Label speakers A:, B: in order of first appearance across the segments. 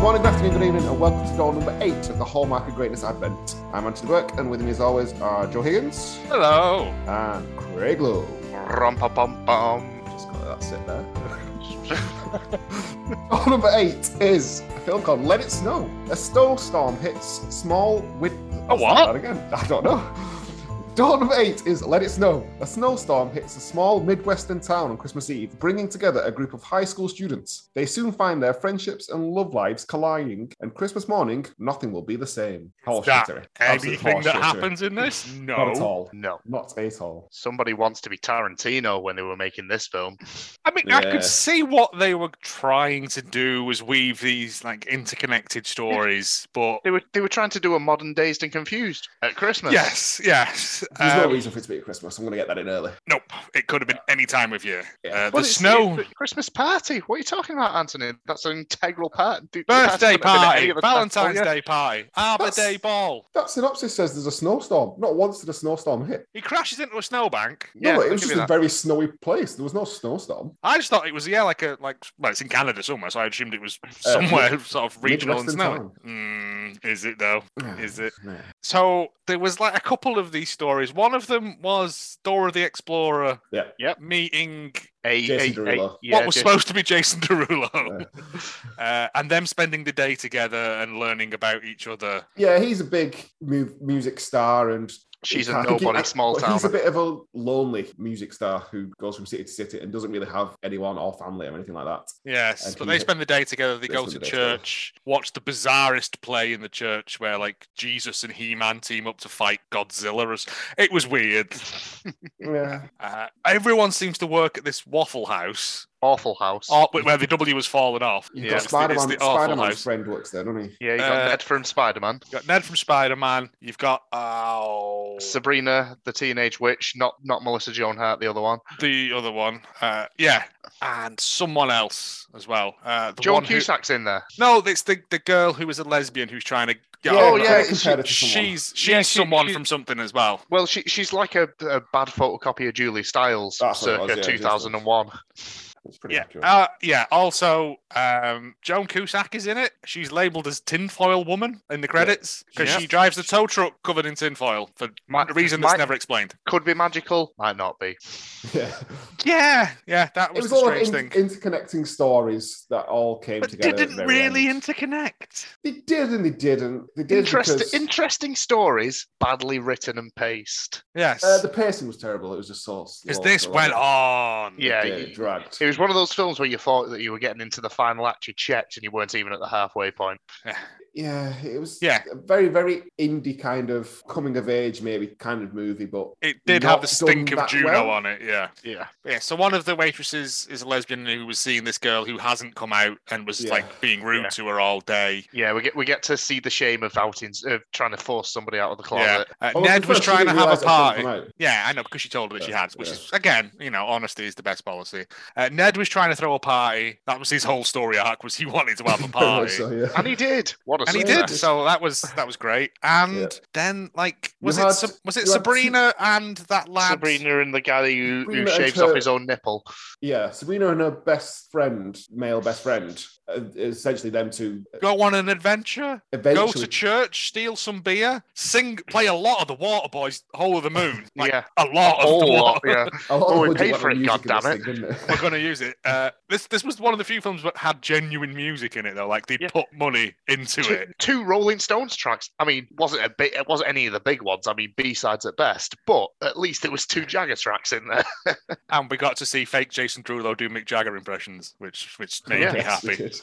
A: morning, good afternoon, good evening, and welcome to goal number eight of the Hallmark of Greatness Advent. I'm Anthony Burke, and with me as always are Joe Higgins
B: Hello.
A: and Craig Lowe.
B: Rum pum pum pum.
A: Just got that sit there. goal number eight is a film called Let It Snow. A snowstorm hits small win.
B: A what?
A: That again. I don't know. Goal number eight is Let It Snow. A snowstorm hits a small Midwestern town on Christmas Eve, bringing together a group of high school students. They soon find their friendships and love lives colliding, and Christmas morning, nothing will be the same.
B: Is
A: Horseshittery.
B: that
A: Absolute
B: anything that
A: horseshittery.
B: happens in this? No.
A: Not at all.
B: No.
A: Not at all.
C: somebody wants to be Tarantino when they were making this film.
B: I mean, I
A: Yeah.
B: could see what they were trying to do was weave these like interconnected stories, but
C: They were they were trying to do a modern Dazed and Confused at Christmas.
B: yes, yes.
A: There's no
B: Um,
A: reason for it to be at Christmas. I'm going to get that in early.
B: nope. It could have been any time of year.
A: Yeah.
B: Uh,
C: Well,
B: the
C: it's-
B: snow.
C: it's the Christmas party. What are you talking about, Anthony? That's an integral part. do-
B: Birthday
C: that couldn't have been
B: party,
C: any other time
B: Valentine's
C: for you.
B: Day party, Arbor
A: That's-
B: Day ball.
A: That synopsis says there's a snowstorm. Not once did a snowstorm hit.
B: He crashes into a snowbank.
A: No,
C: Yeah,
A: but it
C: I'll
A: was
C: give
A: just
C: you
A: a
C: that.
A: very snowy place. There was no snowstorm.
B: I just thought it was yeah, like a like well, it's in Canada somewhere, so I assumed it was somewhere sort of regional and
A: Midwestern
B: snowy. Mm, is it though? Is it?
A: Yeah.
B: So there was like a couple of these stories. One of them was Dora the Explorer
A: Yeah.
C: Yep.
B: meeting
C: A-
A: Jason
C: a- a-
A: Derulo.
C: yeah,
B: what was
C: Jason-
B: supposed to be Jason Derulo, uh, and them spending the day together and learning about each other.
A: Yeah, he's a big mu- music star, and
C: She's
A: I
C: a
A: think he-
C: nobody
A: I-
C: small
A: but
C: town.
A: He's a bit of a lonely music star who goes from city to city and doesn't really have anyone or family or anything like that.
B: Yes,
A: And
B: but
A: he-
B: they spend the day together. They
A: they
B: go
A: spend
B: to
A: the day together.
B: church, watch the bizarrest play in the church where like Jesus and He Man team up to fight Godzilla. As- It was weird.
A: Yeah,
B: Uh, everyone seems to work at this Waffle House,
C: Awful house.
B: or, where the W was falling off.
A: you've
C: Yeah,
A: got
B: it's the-
A: Spider
B: it's
A: Man.
B: the awful
A: Spider Man's
B: house.
A: friend works there, doesn't he?
C: yeah, you got
B: Uh,
C: Ned from Spider Man.
B: You've got Ned from Spider Man. You've got oh,
C: Sabrina, the teenage witch, not not Melissa Joan Hart, the other one.
B: the other one. Uh, yeah, and someone else as well. Uh, the
C: Joan
B: one who-
C: Cusack's in there.
B: No, it's the, the girl who is a lesbian who's trying to. get
A: Yeah,
B: on
C: oh,
B: with
C: yeah,
B: it.
A: Craig compared it to someone.
B: she's she's
C: Yeah, she-
B: someone
C: she-
B: from something as well.
C: Well, she she's like a, a bad photocopy of Julie Stiles,
A: That's what it was,
C: circa
A: yeah, Julie Stiles.
C: 2001.
A: It's pretty
B: Yeah,
A: accurate.
B: uh, yeah. Also, um, Joan Cusack is in it. She's labelled as tinfoil woman in the credits because
C: Yeah.
B: she drives the tow truck covered in tinfoil for
C: Might-
B: a reason that's
C: might-
B: never explained.
C: Could be magical, might not be.
A: yeah.
B: Yeah, yeah, that
A: It
B: was,
A: was
B: the
A: all like
B: strange
A: in-
B: thing.
A: interconnecting stories that all came
B: but
A: together. at the
B: didn't
A: very
B: really
A: end.
B: interconnect.
A: They did and they didn't. They did
C: Interest,
A: because uh,
C: Interesting stories, badly written and paced.
B: Yes,
A: uh, the pacing was terrible. It was just so slow.
B: because this
A: so
B: went
A: like-
B: on.
C: Yeah,
A: Yeah,
C: you-
A: it dragged.
C: It was one of those films where you thought that you were getting into the final act, you checked, and you weren't even at the halfway point.
A: Yeah, it was
B: Yeah.
A: a very, very indie kind of coming of age, maybe kind of movie, but
B: It did
A: Not
B: have the stink
A: done
B: of
A: that
B: Juno
A: well.
B: on it. Yeah.
C: Yeah.
B: Yeah, so one of the waitresses is a lesbian who was seeing this girl who hasn't come out and was
A: Yeah.
B: like being rude
C: Yeah.
B: to her all day.
C: Yeah, we get we get to see the shame of outings of trying to force somebody out of the
B: Yeah,
C: closet.
B: uh,
A: Oh,
B: Ned
A: the
B: was
A: first thing
B: trying to
A: we
B: have a
A: realised that
B: party.
A: film come out.
B: Yeah, I know because she told her that she
A: Yeah,
B: had, which
A: yeah.
B: is again, you know, honesty is the best policy. Uh, Ned was trying to throw a party. That was his whole story arc. Was he wanted to have a
A: Very
B: party,
A: much so, yeah.
C: And he did. What a
B: and he
C: success.
B: did. So that was that was great. And
A: Yeah.
B: then, like, was
A: had-
B: it Sa- was it
A: you had two-
B: Sabrina and that lad?
C: Sabrina and the guy who, who
A: Sabrina and
C: shaves off
A: her-
C: his own nipple.
A: Yeah, Sabrina and her best friend, male best friend, uh, essentially them two
B: Go on an adventure.
A: eventually.
B: Go to church. Steal some beer. Sing. Play a lot of the Water Boys. Whole of the Moon. Like,
C: yeah.
B: A lot of
C: Oh,
B: the Water.
C: yeah.
A: a lot
C: Oh,
A: of
C: we
A: budget
C: paid
A: went
C: for
A: on
C: it,
A: music in this
C: goddammit.
A: thing, didn't it?
B: We're gonna use it. Uh, this this was one of the few films that had genuine music in it though. Like they
C: Yeah.
B: put money into
C: Two,
B: it.
C: two Rolling Stones tracks. I mean, wasn't a bit. It wasn't any of the big ones. I mean, B sides at best, but at least it was two Jagger tracks in there.
B: And we got to see fake Jason Derulo do Mick Jagger impressions, which which made me
A: Yes, we
B: happy.
A: did.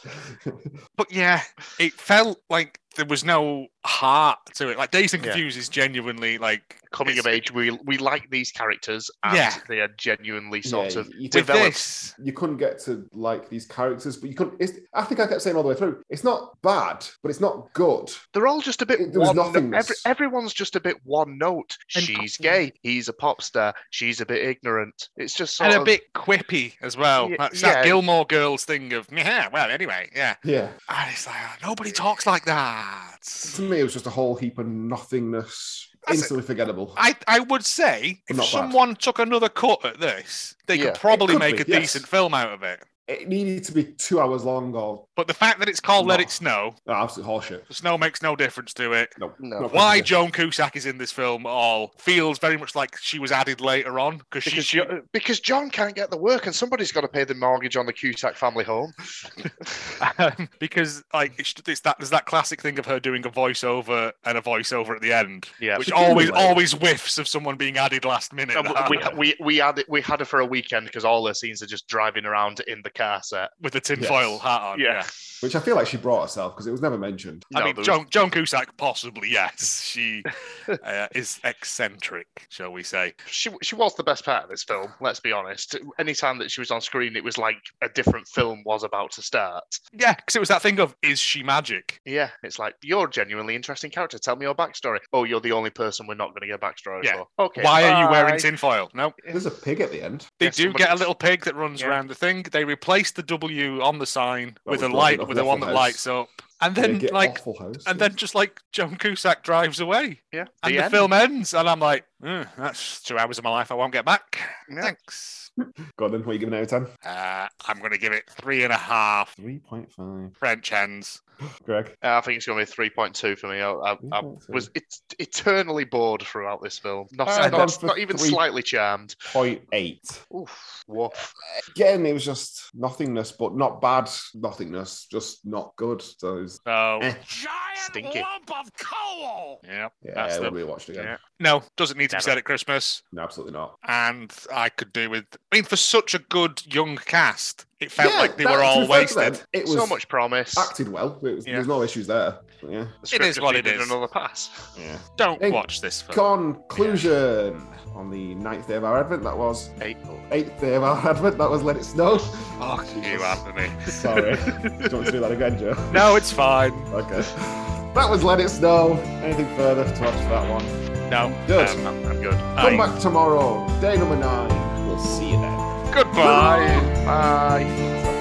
B: But yeah, it felt like there was no heart to it. Like Days and
C: Yeah.
B: Confused is genuinely like
C: Coming of
B: it's-
C: age, we we like these characters, and
B: Yeah.
C: they are genuinely
A: Yeah,
C: sort of
A: you- you
B: With
C: developed.
B: this,
A: you couldn't get to like these characters, but you couldn't. It's, I think I kept saying all the way through, it's not bad, but it's not good.
C: They're all just a bit.
A: It- there was
C: one,
A: nothingness.
C: every- everyone's just a bit one note.
B: And-
C: She's gay. He's a pop star. She's a bit ignorant. It's just sort
B: and a
C: of.
B: bit quippy as well.
C: Ye-
B: That's
C: yeah.
B: that Gilmore Girls thing of yeah. Well, anyway, yeah.
A: Yeah,
B: And it's like oh, nobody talks like that.
A: to me, it was just a whole heap of nothingness,
B: That's it.
A: instantly forgettable.
B: I, I would say if
A: Not bad.
B: someone took another cut at this, they
C: Yeah.
B: could probably
A: It could
B: make
A: be,
B: a
A: yes.
B: decent film out of it.
A: it needed to be two hours long or
B: But the fact that it's called Let
A: No.
B: It Snow,
A: No, absolute horseshit.
B: the snow makes no difference to it.
A: No.
C: No.
A: no
B: Why
A: fucking
B: Joan Cusack is in this film at all feels very much like she was added later on because she,
C: Because,
B: she
C: Jo- because John can't get the work and somebody's got to pay the mortgage on the Cusack family home.
B: Um, because like it's, it's that there's that classic thing of her doing a voiceover and a voiceover at the end,
C: Yeah.
B: which
A: But you
B: always
A: know, like-
B: always whiffs of someone being added last minute.
C: And
B: that-
C: we, we, we, had it, we had it for a weekend because all their scenes are just driving around in the car set.
B: with the tinfoil
A: Yes.
B: hat on. Oh, Yeah,
A: Which I feel like she brought herself because it was never mentioned.
B: I
C: No,
B: mean
C: there was-
B: Joan, Joan Cusack possibly yes, she uh, is eccentric, shall we say?
C: she she was the best part of this film. Let's be honest. Anytime that she was on screen, it was like a different film was about to start.
B: Yeah, because it was that thing of is she magic?
C: Yeah, it's like you're a genuinely interesting character. Tell me your backstory. Oh, you're the only person we're not going to get backstory
B: Yeah.
C: for. Okay.
B: Why are you wearing
C: bye.
B: tinfoil? No,
A: There's a pig at the end.
B: They
C: Yeah,
B: do
C: somebody-
B: get a little pig that runs
C: Yeah.
B: around the thing. They replace the W on the sign
A: That
B: with a
A: was
B: light,
A: bloody
B: with the one that
A: Waffle House.
B: lights up, and then
A: Make it
B: like,
A: Awful House.
B: and then just like Joan Cusack drives away,
C: Yeah.
B: and the,
C: end.
B: film ends, and I'm like, "Ugh, that's two hours of my life I won't get back.
C: Yeah.
B: Thanks.
A: God, then what are you giving out of ten?
B: Uh, I'm gonna give it three and a half
A: Three point five.
B: French hens.
A: Greg.
C: Uh, I think it's going to be 3.2 for me. I, I, I was et- eternally bored throughout this film. Not,
A: I've gone
C: not,
A: for
C: not even
A: three.
C: slightly charmed.
A: point eight.
C: Oof. Woof.
A: Again, it was just nothingness, but not bad nothingness, just not good. So it was,
B: So
A: Eh.
C: Stinky.
B: of coal. Yeah.
A: yeah,
B: That's
A: we'll
B: the-
A: rewatch it again.
B: yeah. No, doesn't need to be
C: Never.
B: said at Christmas.
A: No, absolutely not.
B: and I could do with. I mean, for such a good young cast, it felt
A: Yeah,
B: like they
A: that-
B: were
A: to
B: all
A: be fair to them,
B: wasted.
A: It was
C: So much promise.
A: acted well. It was,
B: Yeah.
A: There's no issues there. But yeah.
C: The script
B: is
C: just
B: what it
C: needed
B: is.
C: Another pass.
A: yeah.
B: Don't
A: Hey,
B: watch this film.
A: Conclusion on the ninth day of our advent. That was
C: April.
A: eighth day of our advent. That was Let It Snow.
B: Fuck you, Anthony.
A: Sorry. do you want to do that again, Joe?
B: No, it's fine.
A: Okay. That was Let It Snow. Anything further to add to that one?
B: No,
A: Good.
B: um, I'm, I'm good.
A: Come
B: Aye.
A: back tomorrow, day number nine. We'll see you then.
B: Goodbye.
C: Bye.
A: Bye.